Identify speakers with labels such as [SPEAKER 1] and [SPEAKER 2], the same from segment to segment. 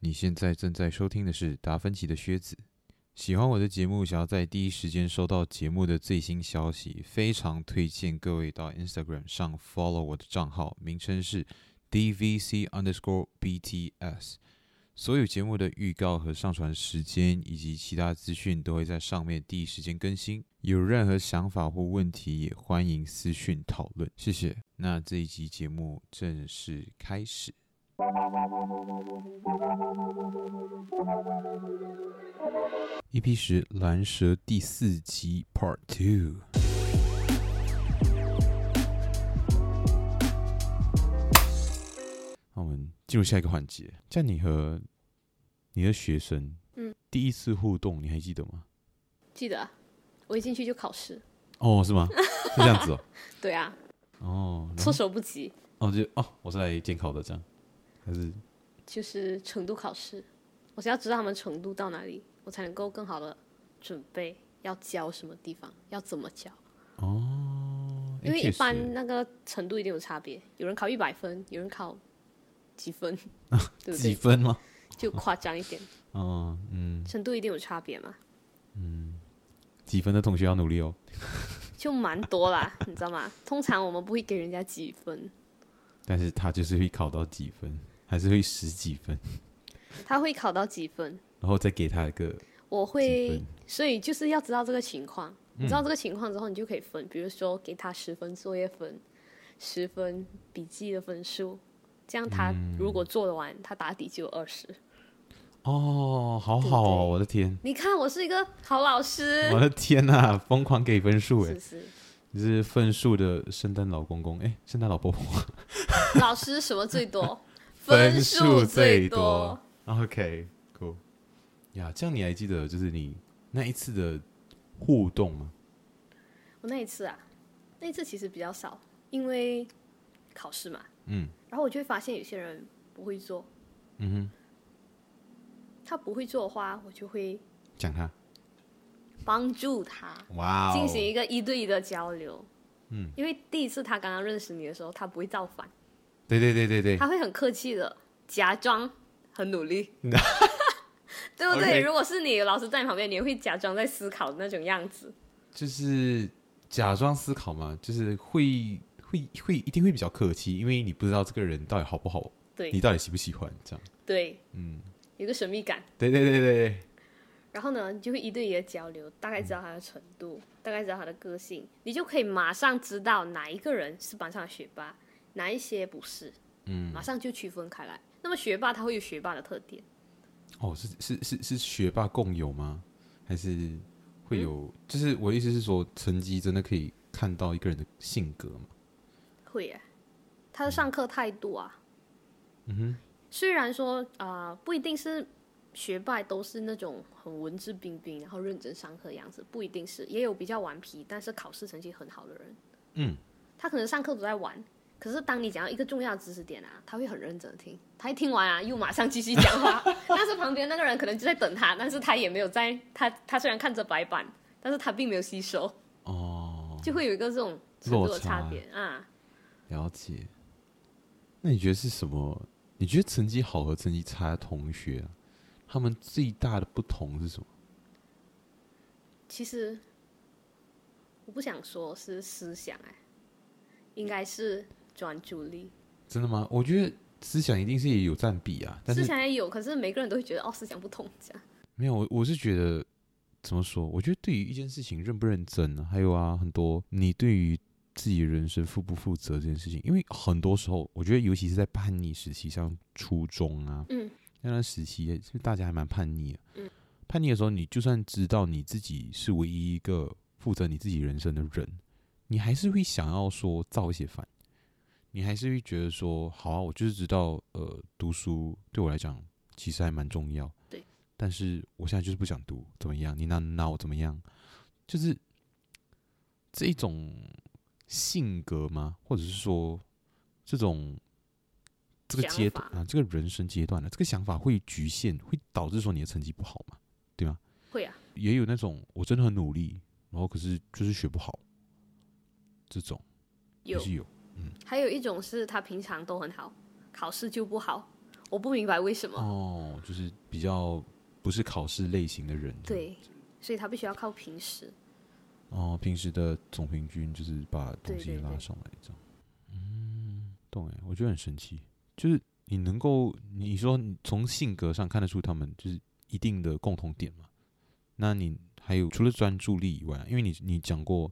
[SPEAKER 1] 你现在正在收听的是达芬奇的靴子。喜欢我的节目，想要在第一时间收到节目的最新消息，非常推荐各位到 Instagram 上 follow 我的账号，名称是 DVC underscore BTS。所有节目的预告和上传时间以及其他资讯都会在上面第一时间更新。有任何想法或问题，也欢迎私讯讨论。谢谢。那这一集节目正式开始。EP ，E 十《蓝蛇》第四集 Part Two。那我们进入下一个环节，像你和你的学生，
[SPEAKER 2] 嗯，
[SPEAKER 1] 第一次互动你还记得吗？
[SPEAKER 2] 记得啊，我一进去就考试。
[SPEAKER 1] 哦，是吗？是这样子哦。
[SPEAKER 2] 对啊，
[SPEAKER 1] 哦，然后
[SPEAKER 2] 措手不及，
[SPEAKER 1] 哦，就哦，我是来监考的，这样还是
[SPEAKER 2] 就是程度考试。我是要知道他们程度到哪里，我才能够更好的准备要教什么地方，要怎么教。
[SPEAKER 1] 哦，诶
[SPEAKER 2] 因为一
[SPEAKER 1] 确实
[SPEAKER 2] 般那个程度一定有差别，有人考一百分，有人考 几分，对不
[SPEAKER 1] 几
[SPEAKER 2] 对？
[SPEAKER 1] 分吗？
[SPEAKER 2] 就夸张一点，
[SPEAKER 1] 哦，嗯，
[SPEAKER 2] 程度一定有差别嘛，
[SPEAKER 1] 几分的同学要努力哦。
[SPEAKER 2] 就蛮多啦，你知道吗？通常我们不会给人家几分，
[SPEAKER 1] 但是他就是会考到几分，还是会十几分，
[SPEAKER 2] 他会考到几分，
[SPEAKER 1] 然后再给他一个
[SPEAKER 2] 我
[SPEAKER 1] 几
[SPEAKER 2] 会
[SPEAKER 1] 分，嗯
[SPEAKER 2] 所以就是要知道这个情况。你知道这个情况之后，你就可以分，比如说给他十分作业分，十分笔记的分数，这样他
[SPEAKER 1] 嗯
[SPEAKER 2] 如果做得完，他打底就有二十。
[SPEAKER 1] 哦，好
[SPEAKER 2] 对不
[SPEAKER 1] 好哦，
[SPEAKER 2] 对
[SPEAKER 1] 我的天，
[SPEAKER 2] 你看，我是一个好老师，
[SPEAKER 1] 我的天呐、疯狂给分数
[SPEAKER 2] 是
[SPEAKER 1] 哎
[SPEAKER 2] 不，是？
[SPEAKER 1] 你是分数的圣诞老公公哎，圣诞老婆婆。
[SPEAKER 2] 老师什么最多？
[SPEAKER 1] 分
[SPEAKER 2] 数
[SPEAKER 1] 数最
[SPEAKER 2] 多
[SPEAKER 1] 多。OK，cool、呀，这样你还记得就是你那一次的互动吗？
[SPEAKER 2] 我那一次啊，那一次其实比较少，因为考试嘛。
[SPEAKER 1] 嗯。
[SPEAKER 2] 然后我就会发现有些人不会做，
[SPEAKER 1] 嗯哼，
[SPEAKER 2] 他不会做的话，我就会
[SPEAKER 1] 讲他，
[SPEAKER 2] 帮助他。
[SPEAKER 1] 哇哦，
[SPEAKER 2] 进行一个一对一的交流。
[SPEAKER 1] 嗯，
[SPEAKER 2] 因为第一次他刚刚认识你的时候，他不会造反，
[SPEAKER 1] 对对对对对，
[SPEAKER 2] 他会很客气的假装很 努力，对不
[SPEAKER 1] OK
[SPEAKER 2] 对？如果是你老师在你旁边，你也会假装在思考的那种样子。
[SPEAKER 1] 就是假装思考嘛，就是会会会一定会比较客气，因为你不知道这个人到底好不好，你
[SPEAKER 2] 对
[SPEAKER 1] 到底喜不喜欢，这样，
[SPEAKER 2] 对，
[SPEAKER 1] 嗯，
[SPEAKER 2] 有个神秘感。
[SPEAKER 1] 对对对对对，
[SPEAKER 2] 然后呢，你就会一对一的交流，大概知道他的程度，大概知道他的个性，你就可以马上知道哪一个人是班上的学霸，哪一些不是，
[SPEAKER 1] 嗯，
[SPEAKER 2] 马上就区分开来。那么学霸他会有学霸的特点。
[SPEAKER 1] 哦，是是是是学霸共有吗？还是会有？就是我的意思是说，成绩真的可以看到一个人的性格吗？
[SPEAKER 2] 会耶，他的上课态度啊，嗯哼，虽然说啊、呃不一定是学霸都是那种很文质彬彬，然后认真上课的样子，不一定是，也有比较顽皮，但是考试成绩很好的人，
[SPEAKER 1] 嗯，
[SPEAKER 2] 他可能上课都在玩，可是当你讲到一个重要的知识点啊，他会很认真地听，他一听完啊，又马上继续 讲话，但是旁边那个人可能就在等他，但是他也没有在，他他虽然看着白板，但是他并没有吸收，
[SPEAKER 1] 哦，
[SPEAKER 2] 就会有一个这种程度
[SPEAKER 1] 落
[SPEAKER 2] 的差
[SPEAKER 1] 差
[SPEAKER 2] 别啊。
[SPEAKER 1] 了解。那你觉得是什么？你觉得成绩好和成绩差的同学啊、他们最大的不同是什么？
[SPEAKER 2] 其实我不想说是思想哎、应该是专注力。
[SPEAKER 1] 真的吗？我觉得思想一定是也有占比啊，但
[SPEAKER 2] 思
[SPEAKER 1] 是
[SPEAKER 2] 想也有，可是每个人都会觉得哦，思想不同这样。
[SPEAKER 1] 没有，我我是觉得怎么说？我觉得对于一件事情认不认真呢、还有啊，很多你对于自己人生负不负责这件事情，因为很多时候，我觉得尤其是在叛逆时期，像初中啊，
[SPEAKER 2] 嗯，
[SPEAKER 1] 那段时期也是大家还蛮叛逆的，
[SPEAKER 2] 嗯，
[SPEAKER 1] 叛逆的时候，你就算知道你自己是唯一一个负责你自己人生的人，你还是会想要说造一些反。你还是会觉得说，好啊，我就是知道，呃，读书对我来讲其实还蛮重要，但是我现在就是不想读，怎么样？你拿拿我怎么样？就是这一种性格吗？或者是说这种这个
[SPEAKER 2] 想
[SPEAKER 1] 阶段
[SPEAKER 2] 法
[SPEAKER 1] 啊，这个人生阶段的这个想法会局限，会导致说你的成绩不好嘛？对吗？
[SPEAKER 2] 会啊，
[SPEAKER 1] 也有那种我真的很努力，然后可是就是学不好，这种也
[SPEAKER 2] 有
[SPEAKER 1] 是。有。
[SPEAKER 2] 还有一种是他平常都很好，考试就不好。我不明白为什么。
[SPEAKER 1] 哦，就是比较不是考试类型的人。
[SPEAKER 2] 对，所以他必须要靠平时。
[SPEAKER 1] 哦，平时的总平均就是把东西
[SPEAKER 2] 对对对
[SPEAKER 1] 拉上来这样。嗯，懂哎，我觉得很神奇，就是你能够，你说你从性格上看得出他们就是一定的共同点嘛？那你还有除了专注力以外，因为你你讲过，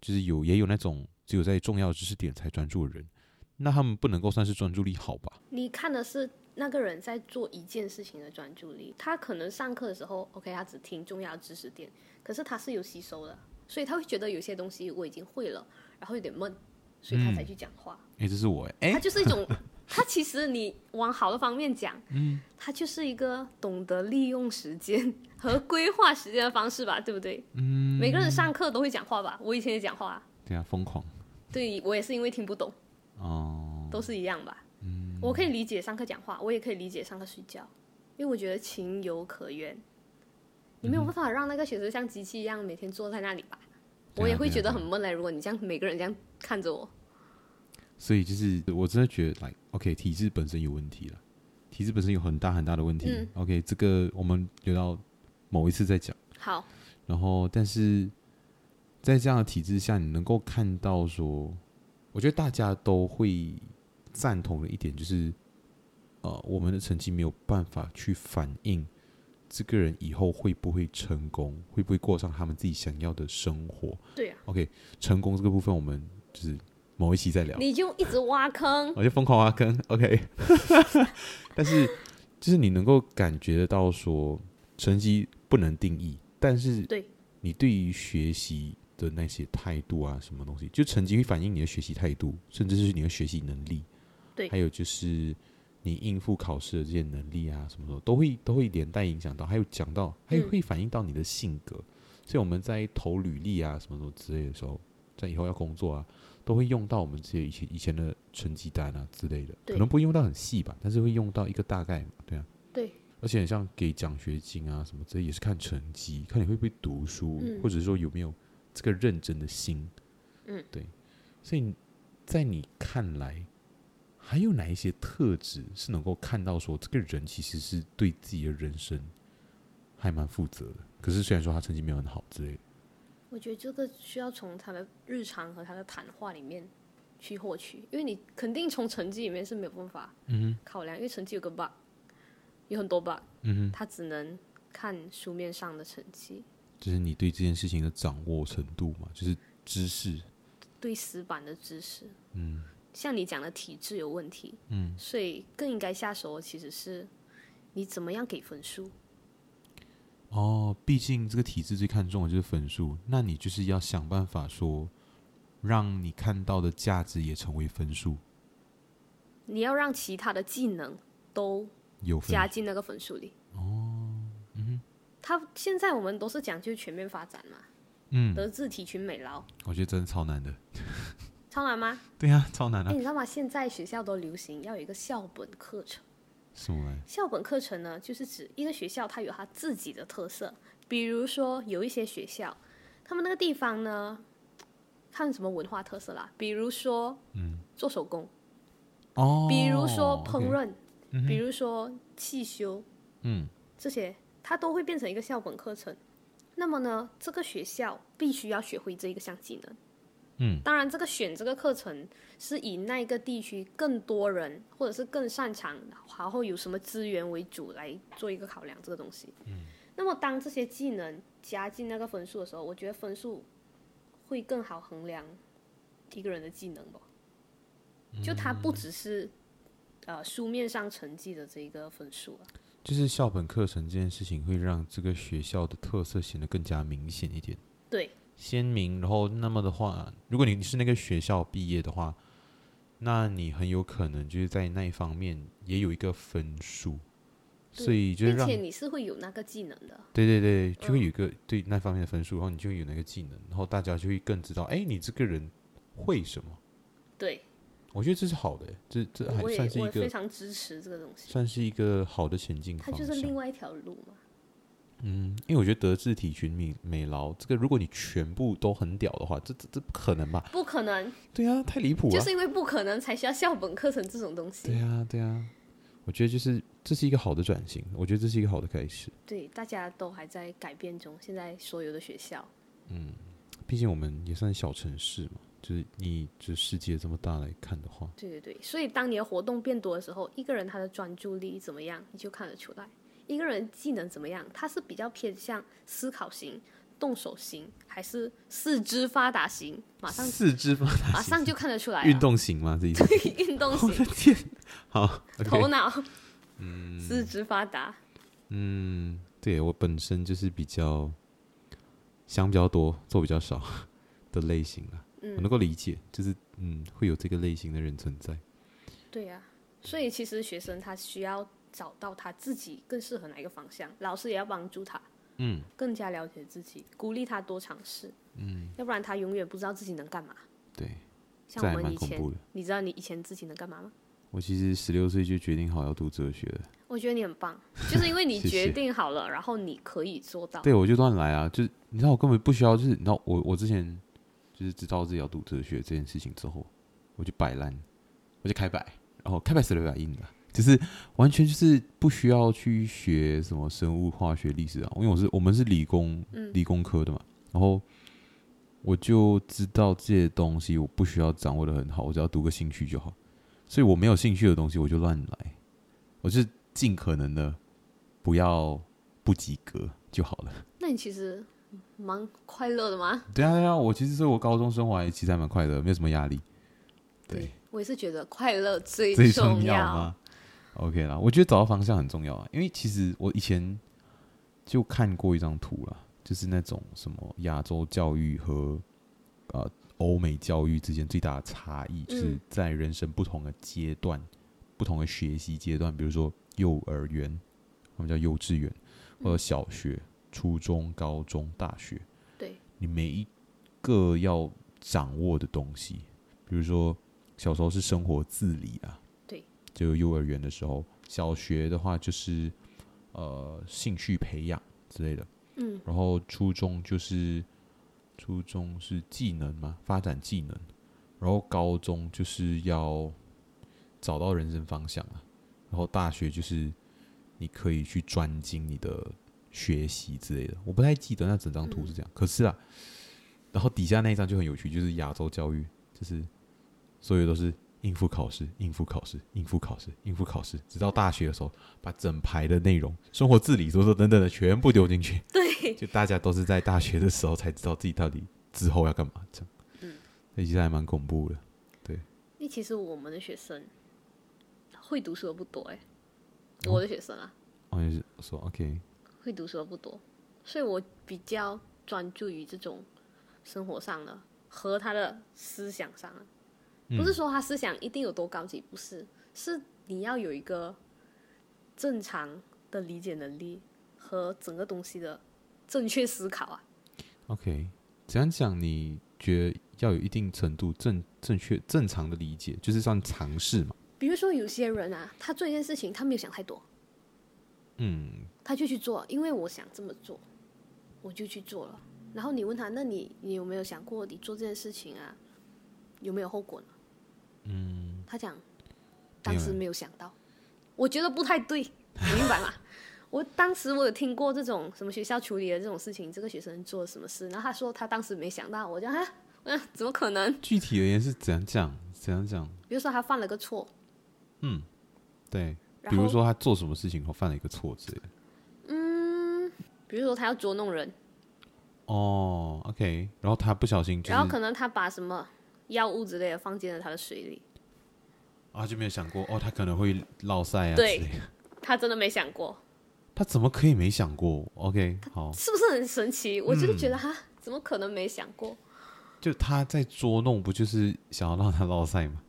[SPEAKER 1] 就是有也有那种只有在重要知识点才专注的人，那他们不能够算是专注力好吧？
[SPEAKER 2] 你看的是那个人在做一件事情的专注力，他可能上课的时候，OK，他只听重要的知识点，可是他是有吸收的，所以他会觉得有些东西我已经会了，然后有点闷，所以他才去讲话。
[SPEAKER 1] 哎、这是我哎、诶
[SPEAKER 2] 他就是一种，他其实你往好的方面讲，嗯，他就是一个懂得利用时间和规划时间的方式吧，对不对？嗯，每个人上课都会讲话吧，我以前也讲话啊，
[SPEAKER 1] 对啊，疯狂
[SPEAKER 2] 对我也是因为听不懂，
[SPEAKER 1] 哦，
[SPEAKER 2] 都是一样吧。嗯，我可以理解上课讲话，我也可以理解上课睡觉，因为我觉得情有可原。你没有办法让那个学生像机器一样每天坐在那里吧？
[SPEAKER 1] 对啊
[SPEAKER 2] 我也
[SPEAKER 1] 对
[SPEAKER 2] 会
[SPEAKER 1] 啊
[SPEAKER 2] 觉
[SPEAKER 1] 对
[SPEAKER 2] 得
[SPEAKER 1] 啊
[SPEAKER 2] 很闷嘞。如果你这样每个人这样看着我，
[SPEAKER 1] 所以就是我真的觉得，like OK，体制本身有问题了，体制本身有很大很大的问题。
[SPEAKER 2] 嗯
[SPEAKER 1] OK，这个我们留到某一次再讲。
[SPEAKER 2] 好，
[SPEAKER 1] 然后，但是在这样的体制下，你能够看到说，我觉得大家都会赞同的一点就是，呃，我们的成绩没有办法去反映这个人以后会不会成功，会不会过上他们自己想要的生活。
[SPEAKER 2] 对啊，
[SPEAKER 1] OK，成功这个部分我们就是某一期再聊。
[SPEAKER 2] 你就一直挖坑，
[SPEAKER 1] 我就疯狂挖坑，OK。但是就是你能够感觉得到说，成绩不能定义，但是
[SPEAKER 2] 对
[SPEAKER 1] 你对于学习的那些态度啊，什么东西，就成绩会反映你的学习态度，甚至是你的学习能力，
[SPEAKER 2] 对
[SPEAKER 1] 还有就是你应付考试的这些能力啊，什么的都会都会连带影响到，还有讲到，还有
[SPEAKER 2] 嗯
[SPEAKER 1] 会反映到你的性格。所以我们在投履历啊什么什么之类的时候，在以后要工作啊，都会用到我们这些以前以前的成绩单啊之类的，可
[SPEAKER 2] 对
[SPEAKER 1] 能不会用到很细吧，但是会用到一个大概嘛，对啊。
[SPEAKER 2] 对，
[SPEAKER 1] 而且像给奖学金啊什么这也是看成绩，看你会不会读书，
[SPEAKER 2] 嗯
[SPEAKER 1] 或者说有没有这个认真的心。
[SPEAKER 2] 嗯，
[SPEAKER 1] 对。所以在你看来，还有哪一些特质是能够看到说这个人其实是对自己的人生还蛮负责的？可是虽然说他成绩没有很好之类的，
[SPEAKER 2] 我觉得这个需要从他的日常和他的谈话里面去获取，因为你肯定从成绩里面是没有办法考量，因为成绩有个 bug，有很多 bug，
[SPEAKER 1] 嗯
[SPEAKER 2] 他只能看书面上的成绩，
[SPEAKER 1] 就是你对这件事情的掌握程度嘛，就是知识。
[SPEAKER 2] 对死板的知识，
[SPEAKER 1] 嗯，
[SPEAKER 2] 像你讲的体制有问题，
[SPEAKER 1] 嗯，
[SPEAKER 2] 所以更应该下手的其实是你怎么样给分数，
[SPEAKER 1] 哦，毕竟这个体制最看重的就是分数，那你就是要想办法说，让你看到的价值也成为分数，
[SPEAKER 2] 你要让其他的技能都
[SPEAKER 1] 有分
[SPEAKER 2] 加进那个分数里。哦，嗯，他现在我们都是讲究全面发展嘛，
[SPEAKER 1] 嗯，
[SPEAKER 2] 德智体群美劳，
[SPEAKER 1] 我觉得真的超难的。
[SPEAKER 2] 超 难吗？
[SPEAKER 1] 对啊，超难
[SPEAKER 2] 哎、
[SPEAKER 1] 啊！
[SPEAKER 2] 你知道吗？现在学校都流行要有一个校本课程。
[SPEAKER 1] 什么来？
[SPEAKER 2] 校本课程呢，就是指一个学校它有它自己的特色，比如说有一些学校，他们那个地方呢，看什么文化特色啦，比如说
[SPEAKER 1] 嗯，
[SPEAKER 2] 做手工，
[SPEAKER 1] 哦，
[SPEAKER 2] 比如说
[SPEAKER 1] OK
[SPEAKER 2] 烹饪，
[SPEAKER 1] 嗯哼
[SPEAKER 2] 比如说汽修，
[SPEAKER 1] 嗯，
[SPEAKER 2] 这些它都会变成一个校本课程。那么呢，这个学校必须要学会这一个项技能。
[SPEAKER 1] 嗯，
[SPEAKER 2] 当然，这个选这个课程是以那个地区更多人或者是更擅长，然后有什么资源为主来做一个考量这个东西。嗯，那么当这些技能加进那个分数的时候，我觉得分数会更好衡量一个人的技能吧。就它不只是呃书面上成绩的这一个分数啊了。
[SPEAKER 1] 就是校本课程这件事情会让这个学校的特色显得更加明显一点。
[SPEAKER 2] 对，
[SPEAKER 1] 鲜明，然后那么的话，如果你是那个学校毕业的话，那你很有可能就是在那一方面也有一个分数，
[SPEAKER 2] 对
[SPEAKER 1] 所以就是
[SPEAKER 2] 并
[SPEAKER 1] 让
[SPEAKER 2] 且你是会有那个技能的，
[SPEAKER 1] 对对对，就会
[SPEAKER 2] 嗯
[SPEAKER 1] 有一个对那方面的分数，然后你就会有那个技能，然后大家就会更知道，哎，你这个人会什么？
[SPEAKER 2] 对，
[SPEAKER 1] 我觉得这是好的，这这还
[SPEAKER 2] 我也
[SPEAKER 1] 算是
[SPEAKER 2] 我
[SPEAKER 1] 一
[SPEAKER 2] 也非
[SPEAKER 1] 个
[SPEAKER 2] 常支持这个东西，
[SPEAKER 1] 算是一个好的前进
[SPEAKER 2] 它
[SPEAKER 1] 方
[SPEAKER 2] 就是
[SPEAKER 1] 向
[SPEAKER 2] 另。外一条路嘛。
[SPEAKER 1] 嗯，因为我觉得德智体群美美劳这个，如果你全部都很屌的话，这这这不可能吧？
[SPEAKER 2] 不可能，
[SPEAKER 1] 对啊，太离谱了。
[SPEAKER 2] 就是因为不可能才需要校本课程这种
[SPEAKER 1] 对
[SPEAKER 2] 东
[SPEAKER 1] 啊
[SPEAKER 2] 西。
[SPEAKER 1] 呀、对呀、我我觉得就是这是一个好的转型，我觉得这是一个好的开始。
[SPEAKER 2] 对，大家都还在改变中，现在所有的学校，
[SPEAKER 1] 毕竟我们也算小城市嘛，就是你这世界这么大来看的话，
[SPEAKER 2] 对对对，所以当你的活动变多的时候，一个人他的专注力怎么样，你就看得出来；一个人技能怎么样，他是比较偏向思考型、动手型，还是四肢发达型， 马上
[SPEAKER 1] 四肢发达
[SPEAKER 2] 马上就看得出来了。啊
[SPEAKER 1] 运动型吗？这意思？
[SPEAKER 2] 运动
[SPEAKER 1] 我的
[SPEAKER 2] 型，
[SPEAKER 1] 天，好
[SPEAKER 2] 头
[SPEAKER 1] ，OK，
[SPEAKER 2] 脑， 四肢发达，
[SPEAKER 1] 嗯，对我本身就是比较想比较多，做比较少的类型啦，
[SPEAKER 2] 嗯
[SPEAKER 1] 我能够理解，就是嗯，会有这个类型的人存在。
[SPEAKER 2] 对呀、所以其实学生他需要找到他自己更适合哪一个方向，老师也要帮助他，嗯，更加了解自己，鼓励他多尝试，嗯，要不然他永远不知道自己能干嘛。
[SPEAKER 1] 对，
[SPEAKER 2] 像
[SPEAKER 1] 这
[SPEAKER 2] 我
[SPEAKER 1] 还
[SPEAKER 2] 们
[SPEAKER 1] 蛮
[SPEAKER 2] 以
[SPEAKER 1] 恐
[SPEAKER 2] 前
[SPEAKER 1] 怖的，
[SPEAKER 2] 你知道你以前自己能干嘛吗？
[SPEAKER 1] 我其实十六岁就决定好要读哲学了。
[SPEAKER 2] 我觉得你很棒，就是因为你
[SPEAKER 1] 谢谢
[SPEAKER 2] 决定好了，然后你可以做到。
[SPEAKER 1] 对，我就乱来啊！就是你知道，我根本不需要，就是你知道，我我之前就是知道自己要读哲学这件事情之后，我就摆烂，我就开摆，然后开摆死了，摆硬的，就是完全就是不需要去学什么生物、化学、历史啊，因为我是我们是理工，理工科的嘛，然后我就知道这些东西我不需要掌握的很好，我只要读个兴趣就好，所以我没有兴趣的东西我就乱来，我就尽可能的不要不及格就好了。
[SPEAKER 2] 那你其实蛮快乐的嘛。
[SPEAKER 1] 对啊，对啊，我其实所以我高中生活还其实还蛮快乐，没有什么压力。对，
[SPEAKER 2] 我也是觉得快乐最
[SPEAKER 1] 最
[SPEAKER 2] 重
[SPEAKER 1] 要吗？OK 啦，我觉得找到方向很重要啊，因为其实我以前就看过一张图啦，就是那种什么亚洲教育和呃欧美教育之间最大的差异，就是
[SPEAKER 2] 嗯
[SPEAKER 1] 在人生不同的阶段、不同的学习阶段，比如说幼儿园，我们叫幼稚园，或者
[SPEAKER 2] 嗯
[SPEAKER 1] 小学、初中、高中、大学，
[SPEAKER 2] 对，
[SPEAKER 1] 你每一个要掌握的东西，比如说小时候是生活自理啊，
[SPEAKER 2] 对，
[SPEAKER 1] 就幼儿园的时候，小学的话就是呃兴趣培养之类的，
[SPEAKER 2] 嗯，
[SPEAKER 1] 然后初中就是初中是技能嘛，发展技能，然后高中就是要找到人生方向啊，然后大学就是你可以去专精你的学习之类的。我不太记得那整张图是这样，可是啊，然后底下那一张就很有趣，就是亚洲教育，就是所有都是应付考试、应付考试、应付考试、应付考试，直到大学的时候，把整排的内容、生活自理、什么什么等等的全部丢进去。
[SPEAKER 2] 对，
[SPEAKER 1] 就大家都是在大学的时候才知道自己到底之后要干嘛，这样，嗯，那其实还蛮恐怖的。
[SPEAKER 2] 因为其实我们的学生会读书的不多哎、我的学生啊
[SPEAKER 1] 我哦就是说，OK，
[SPEAKER 2] 会读书的不多，所以我比较专注于这种生活上的和他的思想上的。不是说他思想一定有多高级，不是，是你要有一个正常的理解能力和整个东西的正确思考啊。
[SPEAKER 1] OK，怎样讲？你觉得要有一定程度正正确正常的理解，就是算尝试嘛。
[SPEAKER 2] 比如说有些人啊，他做一件事情，他没有想太多，
[SPEAKER 1] 嗯，
[SPEAKER 2] 他就去做，因为我想这么做，我就去做了。然后你问他，那你你有没有想过你做这件事情啊，有没有后果呢？嗯，他讲，当时没有想到，我觉得不太对，你明白吗？我当时我有听过这种什么学校处理的这种事情，这个学生做了什么事，然后他说他当时没想到，我就哈，嗯，怎么可能？
[SPEAKER 1] 具体而言是怎样讲？怎样讲？
[SPEAKER 2] 比如说他犯了个错，
[SPEAKER 1] 对，
[SPEAKER 2] 然
[SPEAKER 1] 比如
[SPEAKER 2] 后
[SPEAKER 1] 说他做什么事情后犯了一个错之类的。
[SPEAKER 2] 嗯比如说他要捉弄人，
[SPEAKER 1] 哦，OK，然后他不小心就是
[SPEAKER 2] 然后可能他把什么药物之类的放进了他的水里，
[SPEAKER 1] 啊就没有想过哦，他可能会落塞啊之
[SPEAKER 2] 对
[SPEAKER 1] 类的。
[SPEAKER 2] 他真的没想过，
[SPEAKER 1] 他怎么可以没想过？OK，好，
[SPEAKER 2] 是不是很神奇？我就是觉得哈、怎么可能没想过？
[SPEAKER 1] 就他在捉弄，不就是想要让他落赛吗？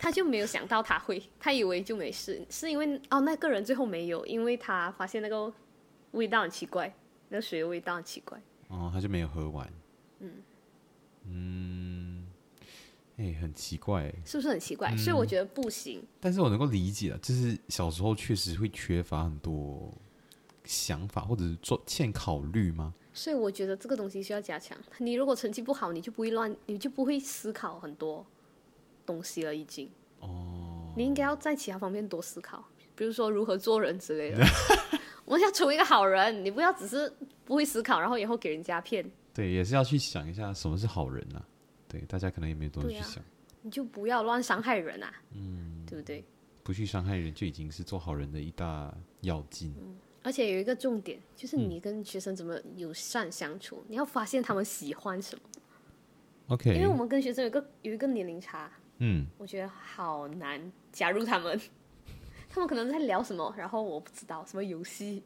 [SPEAKER 2] 他就没有想到他会，他以为就没事，是因为哦那个人最后没有，因为他发现那个味道很奇怪，那水的味道很奇怪。
[SPEAKER 1] 哦，他就没有喝完。嗯嗯，哎、很奇怪欸，
[SPEAKER 2] 是不是很奇怪？所以我觉得不行。
[SPEAKER 1] 但是我能够理解啊，就是小时候确实会缺乏很多想法，或者是做欠考虑吗？
[SPEAKER 2] 所以我觉得这个东西需要加强。你如果成绩不好，你就不会乱，你就不会思考很多东西了，已经。哦。你应该要在其他方面多思考，比比如说如何做人之类的。我们要成为一个好人，你不要只是不会思考，然后以后给人家骗，
[SPEAKER 1] 对，也是要去想一下什么是好人啊。对，大家可能也没多
[SPEAKER 2] 对
[SPEAKER 1] 去
[SPEAKER 2] 啊
[SPEAKER 1] 想，
[SPEAKER 2] 你就不要乱伤害人啊，嗯，对不对？
[SPEAKER 1] 不去伤害人就已经是做好人的一大要
[SPEAKER 2] 啊
[SPEAKER 1] 进。
[SPEAKER 2] 而且有一个重点，就是你跟学生怎么友善相处，你要发现他们喜欢什么，因为
[SPEAKER 1] OK，
[SPEAKER 2] 我们跟学生有一个有一个年龄差，
[SPEAKER 1] 嗯，
[SPEAKER 2] 我觉得好难加入他们。 他们可能在聊什么，然后我不知道什么游戏，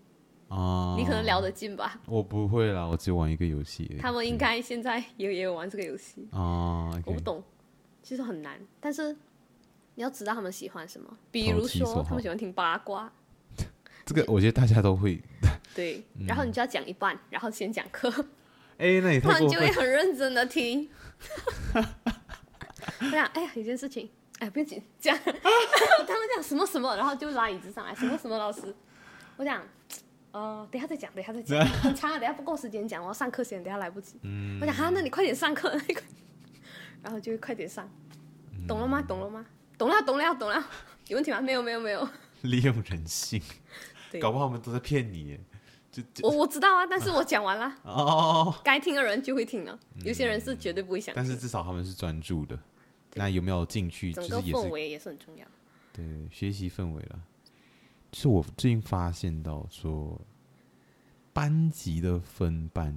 [SPEAKER 1] 啊，
[SPEAKER 2] 你可能聊得进吧。
[SPEAKER 1] 我不会啦，我只玩一个游戏而已。
[SPEAKER 2] 他们应该现在也有也有玩这个游戏，
[SPEAKER 1] 啊
[SPEAKER 2] 我
[SPEAKER 1] ，OK，
[SPEAKER 2] 不懂，其实很难。但是你要知道他们喜欢什么，比
[SPEAKER 1] 投
[SPEAKER 2] 如
[SPEAKER 1] 其所
[SPEAKER 2] 说他
[SPEAKER 1] 好
[SPEAKER 2] 们喜欢听八卦，
[SPEAKER 1] 这个我觉得大家都会。
[SPEAKER 2] 对，
[SPEAKER 1] 嗯
[SPEAKER 2] 然后你就要讲一半，然后先讲课，
[SPEAKER 1] 哎，那也
[SPEAKER 2] 他
[SPEAKER 1] 太
[SPEAKER 2] 们
[SPEAKER 1] 过
[SPEAKER 2] 就会
[SPEAKER 1] 分。
[SPEAKER 2] 很认真的听。 我想，哎呀，有件事情，哎，不用紧，这样， 他们讲什么什么，然后就拉椅子上来，什么什么老师，我想，呃，等一下再讲，等一下 再讲，很长啊，等一下不够时间讲，我要上课先，等一下来不及。
[SPEAKER 1] 嗯
[SPEAKER 2] 我想，啊，那你快点上课， 那个，然后就会快点上，
[SPEAKER 1] 嗯
[SPEAKER 2] 懂了吗？懂了吗？懂了，懂了，懂了，有问题吗？没有，没有，没有，
[SPEAKER 1] 利用人性，
[SPEAKER 2] 对
[SPEAKER 1] 搞不好他们都在骗你耶。就就
[SPEAKER 2] 我我知道啊，但是我讲完了，
[SPEAKER 1] 哦，
[SPEAKER 2] 该听的人就会听了，有些人是绝对不会想
[SPEAKER 1] 嗯但
[SPEAKER 2] 听。
[SPEAKER 1] 是至少他们是专注的。那有没有进去？就
[SPEAKER 2] 整个
[SPEAKER 1] 是也是
[SPEAKER 2] 氛围也是很重要。
[SPEAKER 1] 对学习氛围了。是我最近发现到说，班级的分班，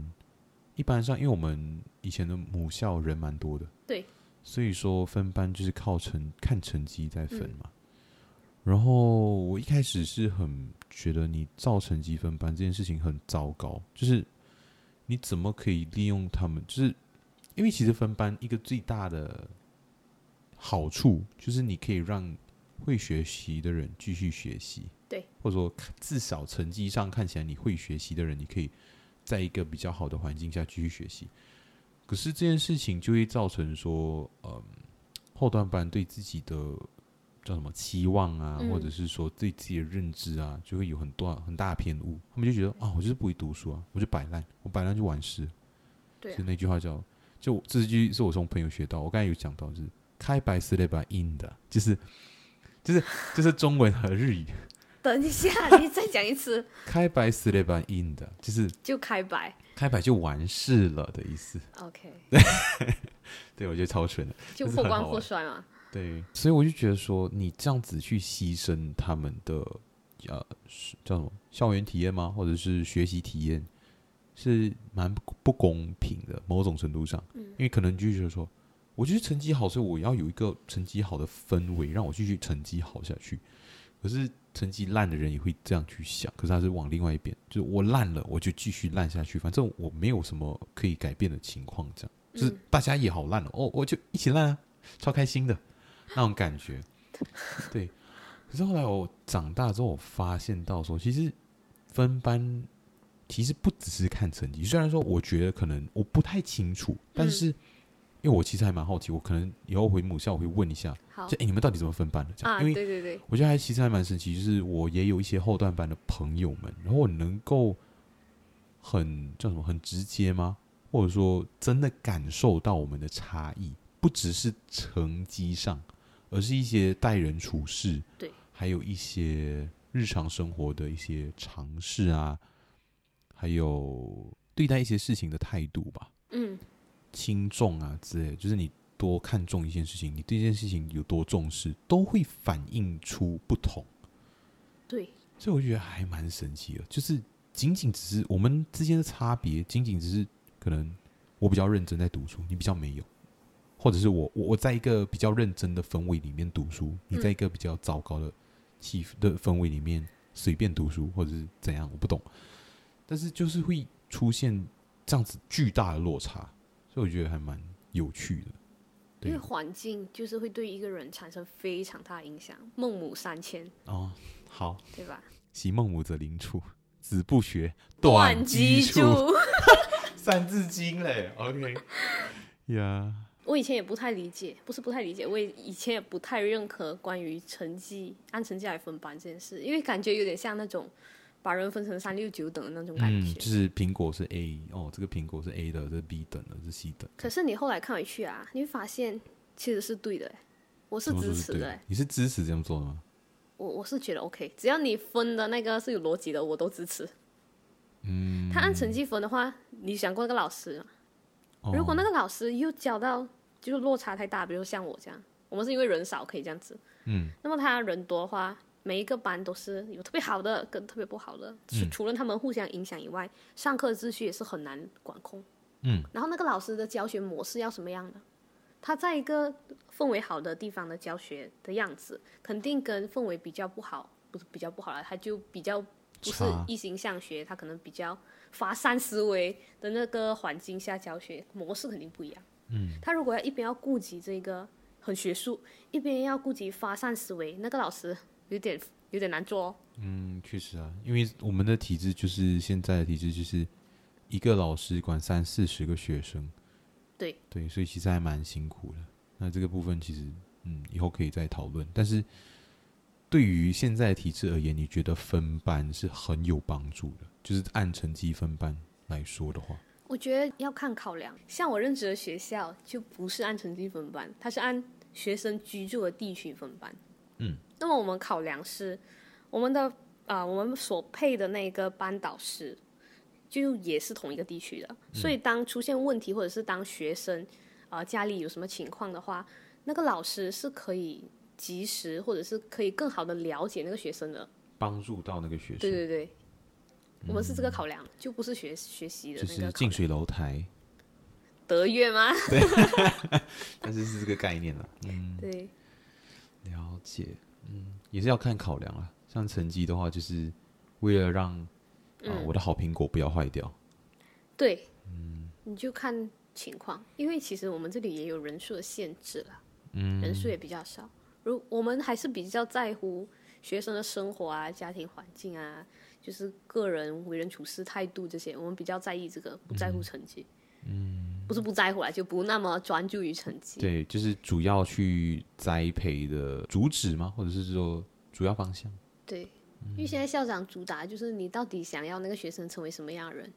[SPEAKER 1] 一般上因为我们以前的母校人蛮多的，
[SPEAKER 2] 对，
[SPEAKER 1] 所以说分班就是靠成看成绩在分嘛。然后我一开始是很觉得你照成绩分班这件事情很糟糕，就是你怎么可以利用他们？就是因为其实分班一个最大的好处就是你可以让会学习的人继续学习，
[SPEAKER 2] 对，
[SPEAKER 1] 或者说看至少成绩上看起来你会学习的人，你可以在一个比较好的环境下继续学习。可是这件事情就会造成说，嗯，后段班对自己的叫什么期望啊，
[SPEAKER 2] 嗯
[SPEAKER 1] 或者是说对自己的认知啊，就会有很多很大的偏误。他们就觉得啊，我就是不会读书啊，我就摆烂，我摆烂就完事。
[SPEAKER 2] 对啊
[SPEAKER 1] 就那句话叫，就这句是我从朋友学到，我刚才有讲到，就是开白是得把硬的，就是就是就是中文和日语，
[SPEAKER 2] 等一下，你再讲一次，
[SPEAKER 1] 开白是得把硬的，就是
[SPEAKER 2] 就开白。
[SPEAKER 1] 开白就完事了的意思。
[SPEAKER 2] OK，
[SPEAKER 1] 对，我觉得超蠢的。
[SPEAKER 2] 就
[SPEAKER 1] 这是
[SPEAKER 2] 破
[SPEAKER 1] 很
[SPEAKER 2] 罐
[SPEAKER 1] 好玩
[SPEAKER 2] 破摔嘛。
[SPEAKER 1] 对，所以我就觉得说，你这样子去牺牲他们的呃是叫什么校园体验吗？或者是学习体验，是蛮不不公平的，某种程度上，因为可能你就觉得说，我就是成绩好，所以我要有一个成绩好的氛围，让我继续成绩好下去。可是成绩烂的人也会这样去想，可是他是往另外一边，就是我烂了，我就继续烂下去，反正我没有什么可以改变的情况，这样就是大家也好烂了，哦，我就一起烂啊，超开心的那种感觉。对，可是后来我长大之后，我发现到说，其实分班其实不只是看成绩，虽然说我觉得可能我不太清楚，但是因为我其实还蛮好奇，我可能以后回母校我会问一下，
[SPEAKER 2] 好
[SPEAKER 1] 就哎、诶你们到底怎么分班的？这样，
[SPEAKER 2] 哦啊，
[SPEAKER 1] 因为
[SPEAKER 2] 对对对，
[SPEAKER 1] 我觉得还其实还蛮神奇，就是我也有一些后段班的朋友们，然后我能够很叫什么很直接吗？或者说真的感受到我们的差异，不只是成绩上，而是一些待人处事，
[SPEAKER 2] 对，
[SPEAKER 1] 还有一些日常生活的一些尝试啊，还有对待一些事情的态度吧。
[SPEAKER 2] 嗯，
[SPEAKER 1] 轻重啊之类的，就是你多看重一件事情，你对这件事情有多重视，都会反映出不同。
[SPEAKER 2] 对，
[SPEAKER 1] 所以我觉得还蛮神奇的，就是仅仅只是我们之间的差别，仅仅只是可能我比较认真在读书，你比较没有，或者是我我我在一个比较认真的氛围里面读书，你在一个比较糟糕的气氛的氛围里面随便读书，或者是怎样，我不懂。但是就是会出现这样子巨大的落差，所以我觉得还蛮有趣的。对
[SPEAKER 2] 因为环境就是会对一个人产生非常大的影响。孟母三迁，
[SPEAKER 1] 哦，好，
[SPEAKER 2] 对吧？
[SPEAKER 1] 昔孟母者林处，子不学，
[SPEAKER 2] 机
[SPEAKER 1] 杼。
[SPEAKER 2] 杼。
[SPEAKER 1] 三字经嘞，OK，呀、
[SPEAKER 2] 我以前也不太理解，不是不太理解，我也以前也不太认可关于成绩按成绩来分班这件事，因为感觉有点像那种把人分成三六九等的那种感
[SPEAKER 1] 嗯，
[SPEAKER 2] 觉
[SPEAKER 1] 就。是苹果是 A，哦，这个苹果是 A 的，这是 B 等的，这是 C 等，
[SPEAKER 2] 可是你后来看回去啊，你会发现其实是对的欸，我是
[SPEAKER 1] 怎么说
[SPEAKER 2] 支
[SPEAKER 1] 是
[SPEAKER 2] 持
[SPEAKER 1] 对
[SPEAKER 2] 的
[SPEAKER 1] 的
[SPEAKER 2] 欸。
[SPEAKER 1] 你是支持这样做的吗？
[SPEAKER 2] 我我是觉得 OK，只要你分的那个是有逻辑的，我都支持。嗯，他按成绩分的话，你想过那个老师吗？
[SPEAKER 1] 哦
[SPEAKER 2] 如果那个老师又教到就是落差太大，比如像我这样，我们是因为人少可以这样子，
[SPEAKER 1] 嗯，
[SPEAKER 2] 那么他人多的话，每一个班都是有特别好的跟特别不好的，除、
[SPEAKER 1] 嗯
[SPEAKER 2] 除了他们互相影响以外，上课秩序也是很难管控，
[SPEAKER 1] 嗯，
[SPEAKER 2] 然后那个老师的教学模式要什么样的？他在一个氛围好的地方的教学的样子，肯定跟氛围比较不好，不是比较不好了，他就比较不是
[SPEAKER 1] 差
[SPEAKER 2] 一心向学，他可能比较乏善思维的那个环境下教学模式肯定不一样。嗯，他如果要一边要顾及这个很学术，一边要顾及乏善思维，那个老师有点有点难做哦。
[SPEAKER 1] 嗯，确实啊，因为我们的体制就是现在的体制就是一个老师管三四十个学生，
[SPEAKER 2] 对
[SPEAKER 1] 对，所以其实还蛮辛苦的。那这个部分其实，嗯，以后可以再讨论。但是对于现在的体制而言，你觉得分班是很有帮助的，就是按成绩分班来说的话，
[SPEAKER 2] 我觉得要看考量，像我任职的学校就不是按成绩分班，它是按学生居住的地区分班。
[SPEAKER 1] 嗯，
[SPEAKER 2] 那么我们考量是我们的啊、我们所配的那个班导师就也是同一个地区的，
[SPEAKER 1] 嗯
[SPEAKER 2] 所以当出现问题或者是当学生啊、家里有什么情况的话，那个老师是可以及时或者是可以更好的了解那个学生的。
[SPEAKER 1] 帮助到那个学生，
[SPEAKER 2] 对对对，我们是这个考量，就不是学学习
[SPEAKER 1] 嗯
[SPEAKER 2] 的
[SPEAKER 1] 就
[SPEAKER 2] 那个
[SPEAKER 1] 是
[SPEAKER 2] 考
[SPEAKER 1] 近
[SPEAKER 2] 量。
[SPEAKER 1] 水楼台，
[SPEAKER 2] 德月吗？
[SPEAKER 1] 但是是这个概念了。
[SPEAKER 2] 对。
[SPEAKER 1] 了解，嗯，也是要看考量啦。像成绩的话，就是为了让啊、呃
[SPEAKER 2] 嗯
[SPEAKER 1] 我的好苹果不要坏掉。
[SPEAKER 2] 对，嗯，你就看情况，因为其实我们这里也有人数的限制啦，嗯，人数也比较少。如我们还是比较在乎学生的生活啊、家庭环境啊，就是个人为人处事态度这些，我们比较在意这个，不在乎成绩。嗯，不是不在乎啦，就不那么专注于成绩。
[SPEAKER 1] 对，就是主要去栽培的主旨吗？或者是说主要方向？
[SPEAKER 2] 对，因为现在校长主打就是你到底想要那个学生成为什么样的人。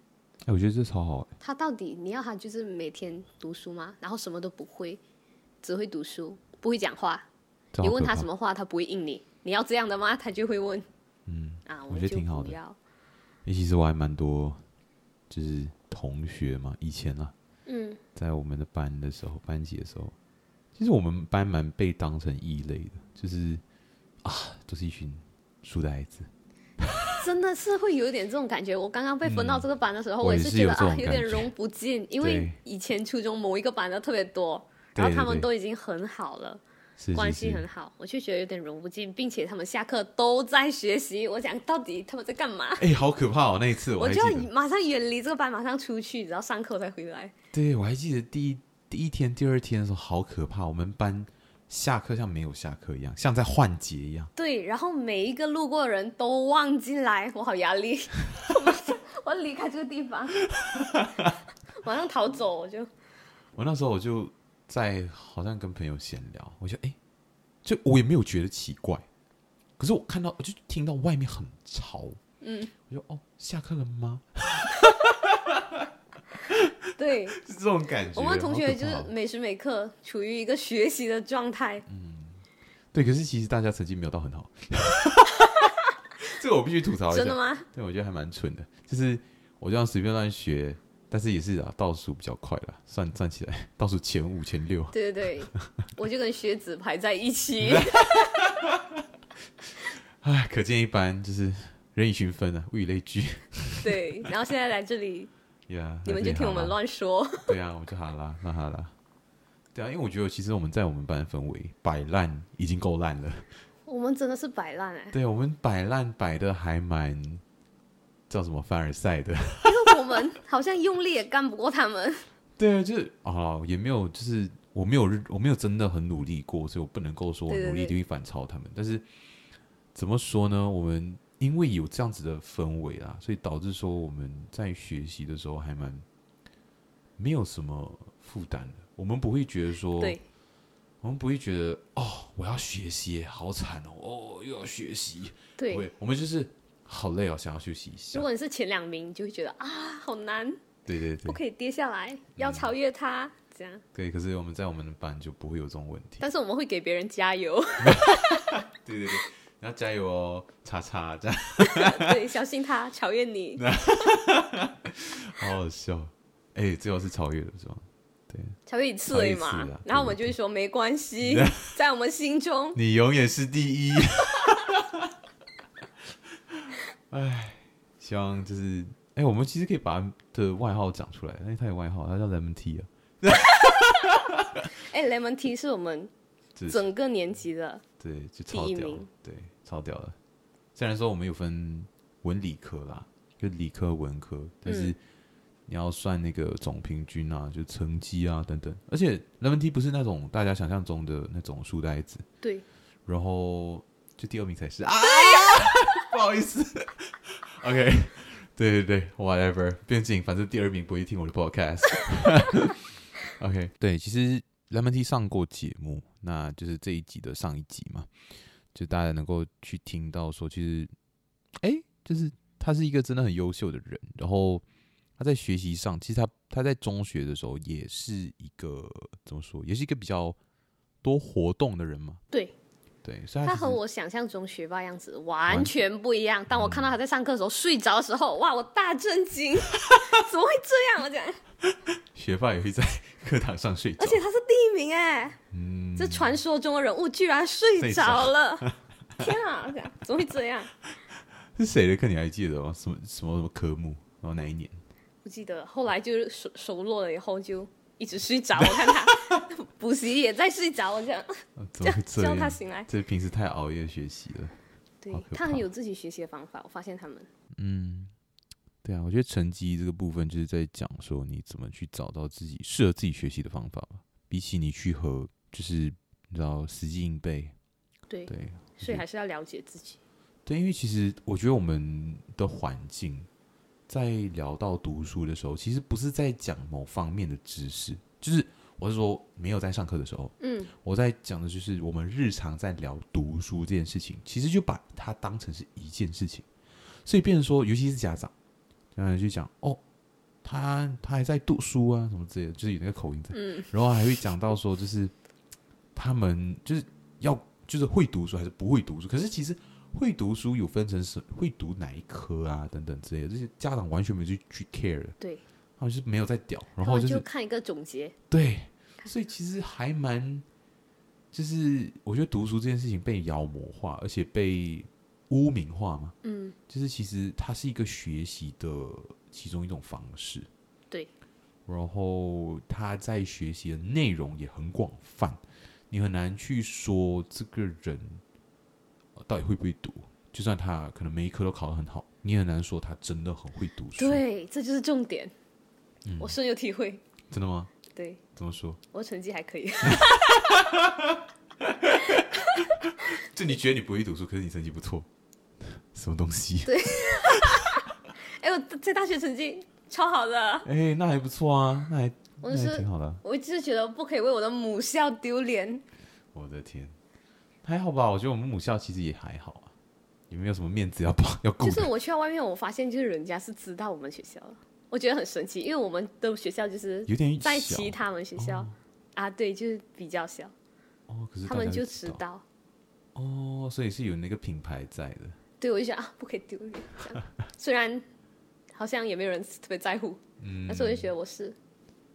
[SPEAKER 1] 哎、我觉得这超好、欸。
[SPEAKER 2] 他到底你要他就是每天读书吗？然后什么都不会，只会读书，不会讲话。
[SPEAKER 1] 这
[SPEAKER 2] 你
[SPEAKER 1] 好
[SPEAKER 2] 问
[SPEAKER 1] 可
[SPEAKER 2] 他
[SPEAKER 1] 怕
[SPEAKER 2] 什？么话，他不会应你。你要这样的吗？他就会问。嗯啊，
[SPEAKER 1] 我觉得
[SPEAKER 2] 就
[SPEAKER 1] 挺好
[SPEAKER 2] 不
[SPEAKER 1] 的
[SPEAKER 2] 要
[SPEAKER 1] 欸其实我还蛮多，就是同学嘛，以前啊，
[SPEAKER 2] 嗯，
[SPEAKER 1] 在我们的班的时候，班级的时候，其实我们班蛮被当成异类的，就是啊，都是一群书呆子。
[SPEAKER 2] 真的是会有一点这种感觉。我刚刚被分到这个班的时候，
[SPEAKER 1] 嗯我
[SPEAKER 2] 也
[SPEAKER 1] 也
[SPEAKER 2] 是
[SPEAKER 1] 是
[SPEAKER 2] 觉
[SPEAKER 1] 有
[SPEAKER 2] 得
[SPEAKER 1] 这
[SPEAKER 2] 啊，
[SPEAKER 1] 种
[SPEAKER 2] 有
[SPEAKER 1] 感
[SPEAKER 2] 点
[SPEAKER 1] 觉
[SPEAKER 2] 融不进，因为
[SPEAKER 1] 对
[SPEAKER 2] 以前初中某一个班的特别多，
[SPEAKER 1] 对
[SPEAKER 2] 然后他
[SPEAKER 1] 对
[SPEAKER 2] 们
[SPEAKER 1] 对
[SPEAKER 2] 都已经很好了，
[SPEAKER 1] 是是
[SPEAKER 2] 关系
[SPEAKER 1] 是
[SPEAKER 2] 很好，我就觉得有点融不进，并且他们下课都在学习。我想到底他们在干嘛？
[SPEAKER 1] 哎、好可怕哦！那一次我
[SPEAKER 2] 我
[SPEAKER 1] 还
[SPEAKER 2] 就
[SPEAKER 1] 记
[SPEAKER 2] 要
[SPEAKER 1] 得，
[SPEAKER 2] 马上远离这个班，马上出去，只要上课才回来。
[SPEAKER 1] 对我还记得第一第一天、第二天的时候，好可怕。我们班下课像没有下课一样，像在换节一样。
[SPEAKER 2] 对，然后每一个路过的人都望进来，我好压力， 我马上我要离开这个地 方，马上逃走，我就
[SPEAKER 1] 我那时候我就在好像跟朋友闲聊，我就哎、就我也没有觉得奇怪，可是我看到我就听到外面很吵，
[SPEAKER 2] 嗯，
[SPEAKER 1] 我就哦下课了吗？
[SPEAKER 2] 对
[SPEAKER 1] 是这种感觉。
[SPEAKER 2] 我们同学就
[SPEAKER 1] 好
[SPEAKER 2] 是
[SPEAKER 1] 可怕哦
[SPEAKER 2] 每时每刻处于一个学习的状态，
[SPEAKER 1] 对，可是其实大家成绩没有到很 好， 这个我必须吐槽一下。
[SPEAKER 2] 真的吗？
[SPEAKER 1] 对，我觉得还蛮蠢的，就是我这样随便乱学，但是也是啊，倒数比较快啦，算算起来倒数前五、前六，
[SPEAKER 2] 对对对，我就跟学子排在一起，
[SPEAKER 1] 唉，可见一斑，就是人以群分啊，物以类聚。
[SPEAKER 2] 对，然后现在来这里，
[SPEAKER 1] 呀、
[SPEAKER 2] 你们就听我们。乱说，
[SPEAKER 1] 对啊，我就哈啦，那哈啦。对啊，因为我觉得其实我们在我们班的氛围摆烂已经够烂了，
[SPEAKER 2] 我们真的是摆烂哎、
[SPEAKER 1] 对我们摆烂摆的还蛮叫什么凡尔赛的。
[SPEAKER 2] 因为 我们好像用力也干不过他们，
[SPEAKER 1] 对啊，就是啊，也没有，就是我没有，我没有真的很努力过，所以我不能够说我
[SPEAKER 2] 对对
[SPEAKER 1] 努力
[SPEAKER 2] 对
[SPEAKER 1] 就会反超他们。但是怎么说呢？我们因为有这样子的氛围啦，所以导致说我们在学习的时候还蛮没有什么负担的。我们不会觉得说，
[SPEAKER 2] 对。
[SPEAKER 1] 我们不会觉得哦，我要学习耶，好惨哦，哦，又要学习。
[SPEAKER 2] 对
[SPEAKER 1] 不，会，我们就是好累哦，想要休息一下
[SPEAKER 2] 如。果你是前两名，你就会觉得啊，好难，
[SPEAKER 1] 对对对，
[SPEAKER 2] 不可以跌下来，要超越他，这样。
[SPEAKER 1] 对。可是我们在我们的班就不会有这种问题。
[SPEAKER 2] 但是我们会给别人加油，
[SPEAKER 1] 对对对， 要加油哦，叉叉这样，
[SPEAKER 2] 对，小心他讨厌 你。
[SPEAKER 1] 好好笑。哎、最后是超越了是吧？
[SPEAKER 2] 才会一次而
[SPEAKER 1] 才
[SPEAKER 2] 已
[SPEAKER 1] 会
[SPEAKER 2] 嘛
[SPEAKER 1] 一次啊。
[SPEAKER 2] 然后我们就会说没关 系，在我们心中，
[SPEAKER 1] 你永远是第一。哎， 希望就是哎、我们其实可以把他的外号讲出来，因为他有外号，他叫 Lemon T 啊，
[SPEAKER 2] 哎、l e m o n T 是我们
[SPEAKER 1] 这
[SPEAKER 2] 整个年级的，
[SPEAKER 1] 对，就超
[SPEAKER 2] 第一
[SPEAKER 1] 屌
[SPEAKER 2] 名，
[SPEAKER 1] 对，超屌的。虽然说我们有分文理科啦，就理科、文科，但是
[SPEAKER 2] 嗯
[SPEAKER 1] 你要算那个总平均啊，就成绩啊等等。而且 Lemon T 不是那种大家想象中的那种书呆子，
[SPEAKER 2] 对，
[SPEAKER 1] 然后就第二名才是啊，不好意思。OK，对对对，whatever，毕竟反正第二名不会听我的 podcast。OK，对，其实 Lemon T 上过节目，那就是这一集的上一集嘛，就大家能够去听到说，其实，哎，就是他是一个真的很优秀的人，然后他在学习上，其实他他在中学的时候也是一个怎么说，也是一个比较多活动的人嘛，
[SPEAKER 2] 对
[SPEAKER 1] 对，所以
[SPEAKER 2] 他
[SPEAKER 1] 其
[SPEAKER 2] 和
[SPEAKER 1] 实
[SPEAKER 2] 我想象中学霸样子完全嗯不一样。当我看到他在上课的时候睡着的时候，哇，我大震 惊，怎么会这样？我讲，
[SPEAKER 1] 学霸也会在课堂上睡着
[SPEAKER 2] 而，且他是第一名哎，
[SPEAKER 1] 嗯，
[SPEAKER 2] 这传说中的人物居然睡着 了，天啊！我讲，怎么会这样？
[SPEAKER 1] 是谁的课你还记得吗？什么什么什么科目？然后哪一年？
[SPEAKER 2] 不记得，后来就是熟熟络了以后就一直睡着。我 看他补习也在睡着，我讲，
[SPEAKER 1] 啊怎么
[SPEAKER 2] 这
[SPEAKER 1] 会
[SPEAKER 2] 样
[SPEAKER 1] 这
[SPEAKER 2] 这样他
[SPEAKER 1] 样？
[SPEAKER 2] 醒来。
[SPEAKER 1] 这平时太熬夜学习了。
[SPEAKER 2] 对
[SPEAKER 1] 好可
[SPEAKER 2] 他很
[SPEAKER 1] 怕
[SPEAKER 2] 有自己学习的方法，我发现他们
[SPEAKER 1] 嗯，对啊，我觉得成绩这个部分就是在讲说你怎么去找到自己适合自己学习的方法吧。比起你去和就是你知道死记硬背，
[SPEAKER 2] 对，
[SPEAKER 1] 对
[SPEAKER 2] 所以还是要了解自己。
[SPEAKER 1] 对，因为其实我觉得我们的环境在聊到读书的时候，其实不是在讲某方面的知识，就是我是说没有在上课的时候，
[SPEAKER 2] 嗯，
[SPEAKER 1] 我在讲的就是我们日常在聊读书这件事情，其实就把它当成是一件事情，所以变成说，尤其是家长，家长就讲哦，他他还在读书啊，什么之类的，就是有那个口音在，
[SPEAKER 2] 嗯，
[SPEAKER 1] 然后还会讲到说，就是他们就是要就是会读书还是不会读书，可是其实会读书有分成是会读哪一科啊等等之类的，这些家长完全没有去去 care，的
[SPEAKER 2] 对，
[SPEAKER 1] 他们就是没有在屌，然
[SPEAKER 2] 他
[SPEAKER 1] 后
[SPEAKER 2] 们
[SPEAKER 1] 就是
[SPEAKER 2] 就看一个总结。
[SPEAKER 1] 对，
[SPEAKER 2] 嗯
[SPEAKER 1] 所以其实还蛮，就是我觉得读书这件事情被妖魔化，而且被污名化嘛，
[SPEAKER 2] 嗯，
[SPEAKER 1] 就是其实它是一个学习的其中一种方式。
[SPEAKER 2] 对，
[SPEAKER 1] 然后他在学习的内容也很广泛，你很难去说这个人呃到底会不会读。就算他可能每一科都考得很好，你也很难说他真的很会读书。，
[SPEAKER 2] 对，这就是重点。
[SPEAKER 1] 嗯
[SPEAKER 2] 我深有体会。
[SPEAKER 1] 真的吗？
[SPEAKER 2] 对
[SPEAKER 1] 怎么说？
[SPEAKER 2] 我成绩还可以，
[SPEAKER 1] 就你觉得你不会读书，可是你成绩不错，什么东西？
[SPEAKER 2] 哎，我在大学成绩超好的，
[SPEAKER 1] 哎、那还不错啊，那还
[SPEAKER 2] 我
[SPEAKER 1] 那还
[SPEAKER 2] 是
[SPEAKER 1] 挺好的啊、
[SPEAKER 2] 我一直觉得不可以为我的母校丢脸。
[SPEAKER 1] 我的天，还好吧？我觉得我们母校其实也还好啊，也没有什么面子要保要顾
[SPEAKER 2] 就
[SPEAKER 1] 的。
[SPEAKER 2] 是我去到外面，我发现就是人家是知道我们学校的，我觉得很神奇，因为我们的学校就是
[SPEAKER 1] 有点
[SPEAKER 2] 在
[SPEAKER 1] 小
[SPEAKER 2] 其他们学校、啊，对，就是比较小，
[SPEAKER 1] 哦，可是
[SPEAKER 2] 他
[SPEAKER 1] 大
[SPEAKER 2] 们
[SPEAKER 1] 家
[SPEAKER 2] 就
[SPEAKER 1] 知
[SPEAKER 2] 知
[SPEAKER 1] 道
[SPEAKER 2] 道。
[SPEAKER 1] 哦，所以是有那个品牌在的。
[SPEAKER 2] 对，我就想啊，不可以丢脸，这样 虽然好像也没有人特别在乎，
[SPEAKER 1] 嗯
[SPEAKER 2] 但是我就觉得我是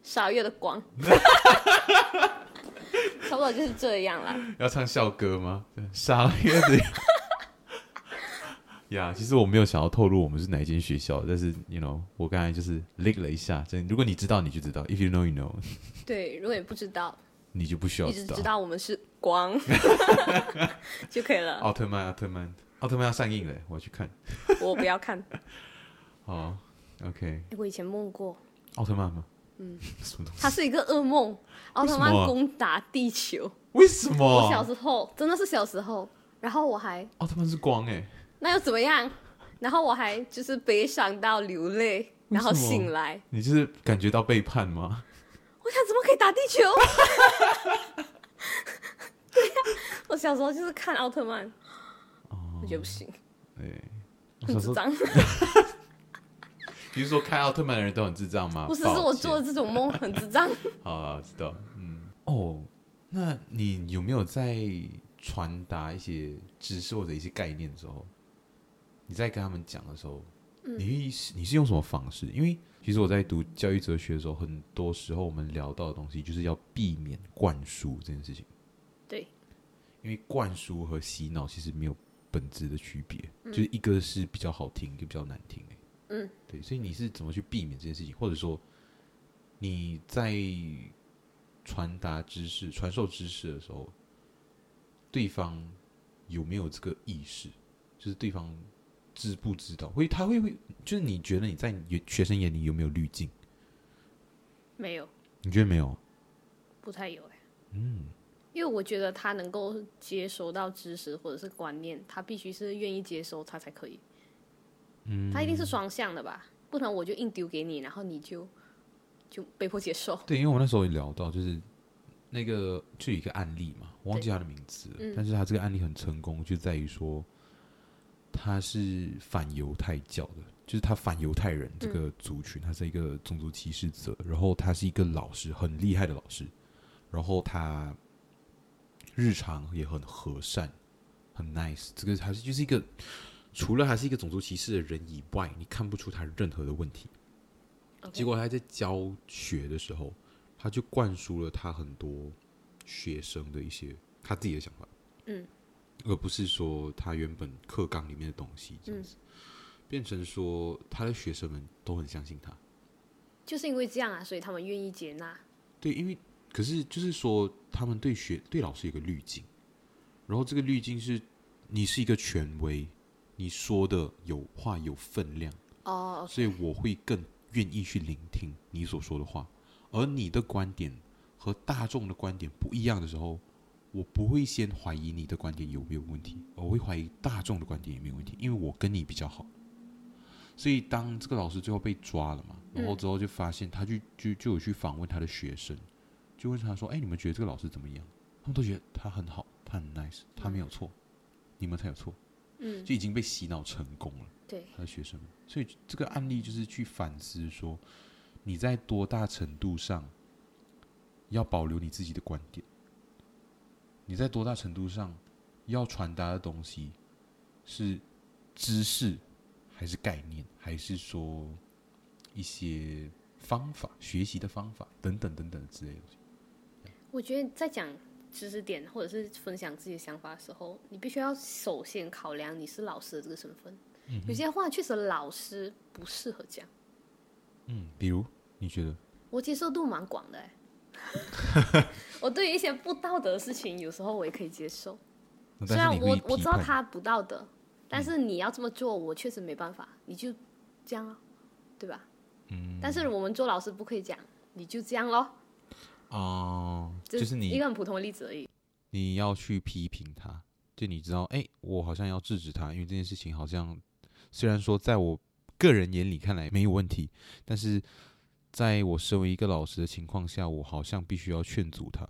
[SPEAKER 2] 傻月 的光，差不多就是这样啦。
[SPEAKER 1] 要唱校歌吗？傻月的 呀其实我没有想要透露我们是哪一间学校，但是 you know，我刚才就是 lick 了一下，真如果你知道你就知道，if you know you know，
[SPEAKER 2] 对，如果你不知道，
[SPEAKER 1] 你就不需要
[SPEAKER 2] 一直知道我们是 光就可以了。
[SPEAKER 1] 奥特曼，奥特曼，奥特曼要上映了，我要去看。
[SPEAKER 2] 我不 要看，
[SPEAKER 1] 好，OK，
[SPEAKER 2] 诶我以前梦过，
[SPEAKER 1] 奥特曼吗？嗯， 什么东西？
[SPEAKER 2] 它是一个噩梦，奥特
[SPEAKER 1] 为什么啊哦
[SPEAKER 2] 曼哦攻打地球。
[SPEAKER 1] 为什
[SPEAKER 2] 我小
[SPEAKER 1] 么？
[SPEAKER 2] 时候真的是小时候，然后我还
[SPEAKER 1] 奥特曼是光哎、
[SPEAKER 2] 那又怎么样？然后我还就是悲伤到流泪，然后
[SPEAKER 1] 为什么
[SPEAKER 2] 醒来，
[SPEAKER 1] 你就是感觉到背叛吗？
[SPEAKER 2] 我想怎么可以打地球？ 对呀、我小时候就是看奥特曼，我觉得不行，
[SPEAKER 1] 哎、哦我
[SPEAKER 2] 很
[SPEAKER 1] 小时
[SPEAKER 2] 智
[SPEAKER 1] 候，
[SPEAKER 2] 障。
[SPEAKER 1] 比如说看奥特曼的人都很智障吗？
[SPEAKER 2] 不是，
[SPEAKER 1] 抱
[SPEAKER 2] 是我
[SPEAKER 1] 歉
[SPEAKER 2] 做的这种梦很智障。
[SPEAKER 1] 好啊，知道，嗯，哦，那你有没有在传达一些知识或者一些概念的时候，你在跟他们讲的时候，
[SPEAKER 2] 嗯
[SPEAKER 1] 你是你是用什么方式？因为其实我在读教育哲学的时候，很多时候我们聊到的东西就是要避免灌输这件事情，
[SPEAKER 2] 对，
[SPEAKER 1] 因为灌输和洗脑其实没有本质的区别，就是一个是比较好听，一个比较难听、欸。
[SPEAKER 2] 嗯，
[SPEAKER 1] 对，所以你是怎么去避免这件事情，或者说你在传达知识、传授知识的时候，对方有没有这个意识？就是对方知不知道？会他会会，就是你觉得你在你学生眼里有没有滤镜？
[SPEAKER 2] 没有，
[SPEAKER 1] 你觉得没有？
[SPEAKER 2] 不太有哎、嗯，因为我觉得他能够接收到知识或者是观念，他必须是愿意接收，他才可以。嗯，他一定是双向的吧？不然我就硬丢给你，然后你就就被迫接 受。
[SPEAKER 1] 对，因为我那时候也聊到，就是那个就有一个案例嘛，我忘记他的名字了，但是他这个案例很成功，就在于说他是反犹太教的，就是他反犹太人这个族群，他是一个种族歧视者，然后他是一个老师，很厉害的老师，然后他日常也很和善，很 nice，这个还是就是一个。除了他是一个种族歧视的人以外，你看不出他任何的问题。结果他在教学的时候，他就灌输了他很多学生的一些他自己的想法，
[SPEAKER 2] 嗯，
[SPEAKER 1] 而不是说他原本课纲里面的东西这样子，变成说他的学生们都很相信他。
[SPEAKER 2] 就是因为这样啊，所以他们愿意接纳。
[SPEAKER 1] 对，因为可是就是说，他们对学对老师有个滤镜，然后这个滤镜是你是一个权威，你说的有话有分量，
[SPEAKER 2] 哦，
[SPEAKER 1] 所以我会更愿意去聆听你所说的话，而你的观点和大众的观点不一样的时候，我不会先怀疑你的观点有没有问题，我会怀疑大众的观点有没有问题，因为我跟你比较好。所以当这个老师最后被抓了嘛，
[SPEAKER 2] 嗯
[SPEAKER 1] 然后之后就发现他就就就有去访问他的学生，就问他说：“哎，你们觉得这个老师怎么样？”他们都觉得他很好，他很 nice，他没有错，你们才有错，
[SPEAKER 2] 嗯，
[SPEAKER 1] 就已经被洗脑成功了。
[SPEAKER 2] 对，
[SPEAKER 1] 他的学生们。所以这个案例就是去反思说，你在多大程度上要保留你自己的观点，你在多大程度上要传达的东西是知识，还是概念，还是说一些方法、学习的方法等等等等之类的东西。
[SPEAKER 2] 我觉得在讲知识点或者是分享自己的想法的时候，你必须要首先考量你是老师的这个身份。有些话确实老师不适合讲，
[SPEAKER 1] 嗯，比如你觉得，
[SPEAKER 2] 我接受度蛮广的、欸。欸 我对于一些不道德的事情，有时候我也可以接受。
[SPEAKER 1] 但
[SPEAKER 2] 虽
[SPEAKER 1] 是
[SPEAKER 2] 然
[SPEAKER 1] 你
[SPEAKER 2] 我
[SPEAKER 1] 会
[SPEAKER 2] 我
[SPEAKER 1] 批
[SPEAKER 2] 知道
[SPEAKER 1] 判嗯
[SPEAKER 2] 他不道德，但是你要这么做，我确实没办法，你就这样啊，对吧？嗯。但是我们做老师不可以讲，你就这样咯，
[SPEAKER 1] 哦、
[SPEAKER 2] 这
[SPEAKER 1] 就是你
[SPEAKER 2] 一个很普通的例子而已。
[SPEAKER 1] 你要去批评他，就你知道，哎，我好像要制止他，因为这件事情好像虽然说在我个人眼里看来没有问题，但是在我身为一个老师的情况下，我好像必须要劝阻他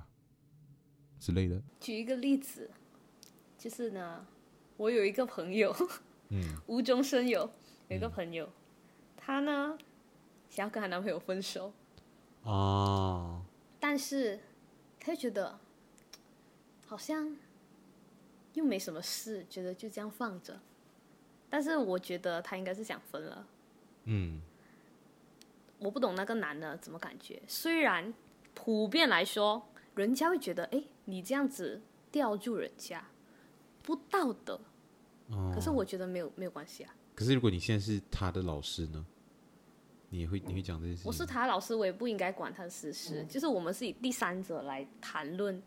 [SPEAKER 1] 之类的。
[SPEAKER 2] 举一个例子，就是呢，我有一个朋友，嗯， 无中生有，有
[SPEAKER 1] 嗯
[SPEAKER 2] 一个朋友，她呢想要跟她男朋友分手，
[SPEAKER 1] 啊，
[SPEAKER 2] 但是她就觉得好像又没什么事，觉得就这样放着。但是我觉得她应该是想分了，
[SPEAKER 1] 嗯，
[SPEAKER 2] 我不懂那个男的怎么感觉。虽然普遍来说，人家会觉得，哎，你这样子吊住人家，不道德。可是我觉得没有没有关系啊，
[SPEAKER 1] 可是如果你现在是他的老师呢，你也会你会讲这件事情？嗯
[SPEAKER 2] 我是他老师，我也不应该管他的私事。就是我们是以第三者来谈论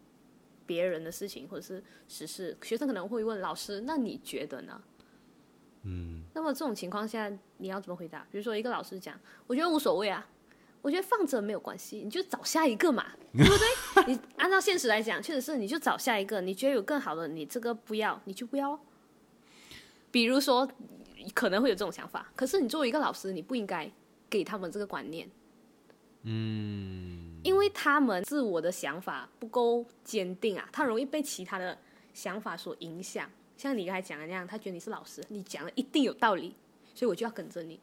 [SPEAKER 2] 别人的事情或者是实事。学生可能会问老师，那你觉得呢？嗯，那么这种情况下你要怎么回答？比如说一个老师讲，我觉得无所谓啊，我觉得放着没有关系，你就找下一个 嘛，对不对？你按照现实来讲，确实是你就找下一个，你觉得有更好的，你这个不要，你就不要哦。比如说，可能会有这种想法，可是你作为一个老师，你不应该给他们这个观念。嗯，因为他们自我的想法不够坚定啊，他容易被其他的想法所影响。像你刚才讲的那样，他觉得你是老师，你讲的一定有道理，所以我就要跟着你。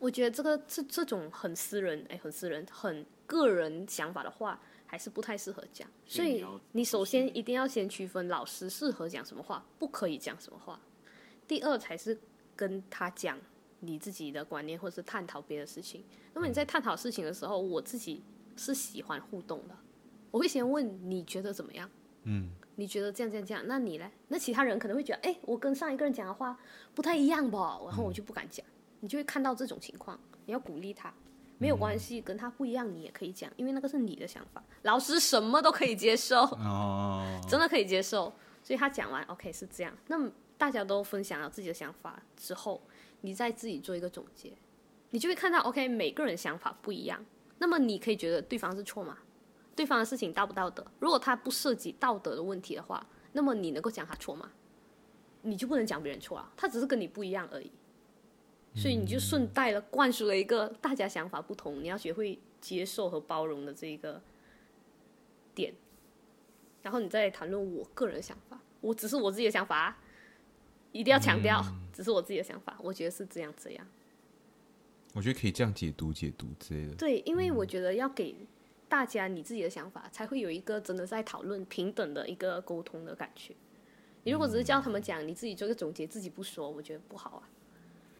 [SPEAKER 2] 我觉得这个这这种很私人，哎，很私人、很个人想法的话，还是不太适合讲。所以你首先一定要先区分老师适合讲什么话，不可以讲什么话。第二才是跟他讲你自己的观念，或是探讨别的事情。那么你在探讨事情的时候，我自己是喜欢互动的，我会先问你觉得怎么样？
[SPEAKER 1] 嗯，
[SPEAKER 2] 你觉得这样这样这样，那你嘞？那其他人可能会觉得，哎，我跟上一个人讲的话不太一样吧，然后我就不敢讲。你就会看到这种情况，你要鼓励他，没有关系，跟他不一样你也可以讲，因为那个是你的想法。老师什么都可以接受，
[SPEAKER 1] 哦，
[SPEAKER 2] 真的可以接受。所以他讲完，OK 是这样。那么大家都分享了自己的想法之后，你再自己做一个总结，你就会看到，OK 每个人想法不一样。那么你可以觉得对方是错吗？对方的事情道不道德？如果他不涉及道德的问题的话，那么你能够讲他错吗？你就不能讲别人错啊，他只是跟你不一样而已。所以你就顺带了灌输了一个大家想法不同，你要学会接受和包容的这一个点，然后你再谈论我个人的想法，我只是我自己的想法啊，一定要强调，
[SPEAKER 1] 嗯
[SPEAKER 2] 只是我自己的想法，我觉得是这样这样。
[SPEAKER 1] 我觉得可以这样解读解读之类的。
[SPEAKER 2] 对，因
[SPEAKER 1] 嗯
[SPEAKER 2] 为我觉得要给大家你自己的想法，才会有一个真的在讨论平等的一个沟通的感觉。你如果只是叫他
[SPEAKER 1] 嗯
[SPEAKER 2] 们讲，你自己做个总结，自己不说，我觉得不好啊。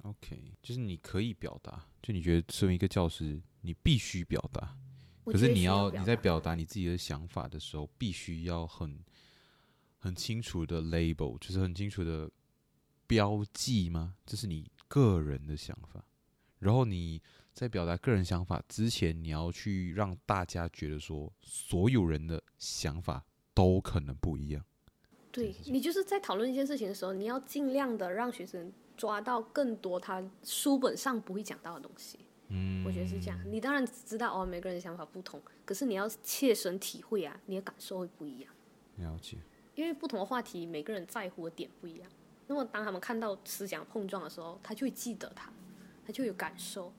[SPEAKER 1] OK，就是你可以表达，就你觉得身为一个教师，你必须表达，
[SPEAKER 2] 我
[SPEAKER 1] 可
[SPEAKER 2] 觉
[SPEAKER 1] 是
[SPEAKER 2] 得
[SPEAKER 1] 你
[SPEAKER 2] 需
[SPEAKER 1] 要
[SPEAKER 2] 表
[SPEAKER 1] 你在
[SPEAKER 2] 达
[SPEAKER 1] 表达你自己的想法的时候，必须要很很清楚的 label，就是很清楚的标记吗？这是你个人的想法。然后你在表达个人想法之前，你要去让大家觉得说，所有人的想法都可能不一样。
[SPEAKER 2] 对
[SPEAKER 1] 是这
[SPEAKER 2] 你就是在讨论一件事情的时候，你要尽量的让学生抓到更多他书本上不会讲到的东西。
[SPEAKER 1] 嗯，
[SPEAKER 2] 我觉得是这样。你当然知道哦，每个人想法不同，可是你要切身体会啊，你的感受会不一样，
[SPEAKER 1] 了解。
[SPEAKER 2] 因为不同的话题，每个人在乎的点不一样。那么当他们看到思想碰撞的时候，他就会记得它，他就有感受，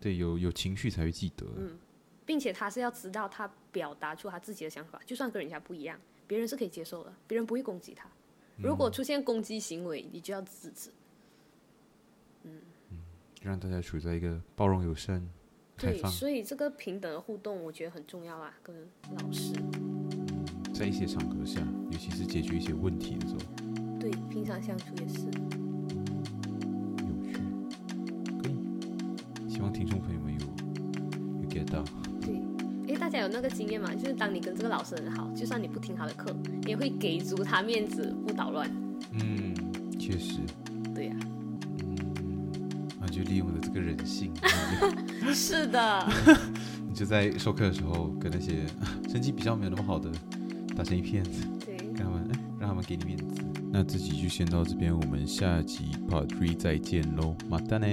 [SPEAKER 1] 对，有有情绪才会记得。
[SPEAKER 2] 嗯并且他是要知道他表达出他自己的想法，就算跟人家不一样，别人是可以接受的，别人不会攻击他。如
[SPEAKER 1] 嗯
[SPEAKER 2] 果出现攻击行为，你就要制止。
[SPEAKER 1] 让大家处在一个包容、友善、开
[SPEAKER 2] 对，
[SPEAKER 1] 放，
[SPEAKER 2] 所以这个平等的互动，我觉得很重要啊，跟老师。
[SPEAKER 1] 在一些场合下，尤其是解决一些问题的时候，
[SPEAKER 2] 对，平常相处也是。
[SPEAKER 1] 有趣。可以，希望听众朋友们有有 get 到。
[SPEAKER 2] 对，哎，大家有那个经验嘛？就是当你跟这个老师很好，就算你不听他的课，你也会给足他面子，不捣乱。
[SPEAKER 1] 嗯，确实，
[SPEAKER 2] 对呀、
[SPEAKER 1] 嗯，那就利用了这个人性，然后
[SPEAKER 2] 是的，
[SPEAKER 1] 就你就在授课的时候跟那些成啊绩比较没有那么好的打成一片，
[SPEAKER 2] 对，
[SPEAKER 1] 跟他们哎让他们给你面子。那这集就先到这边，我们下集 Part Three 再见喽，马丹呢。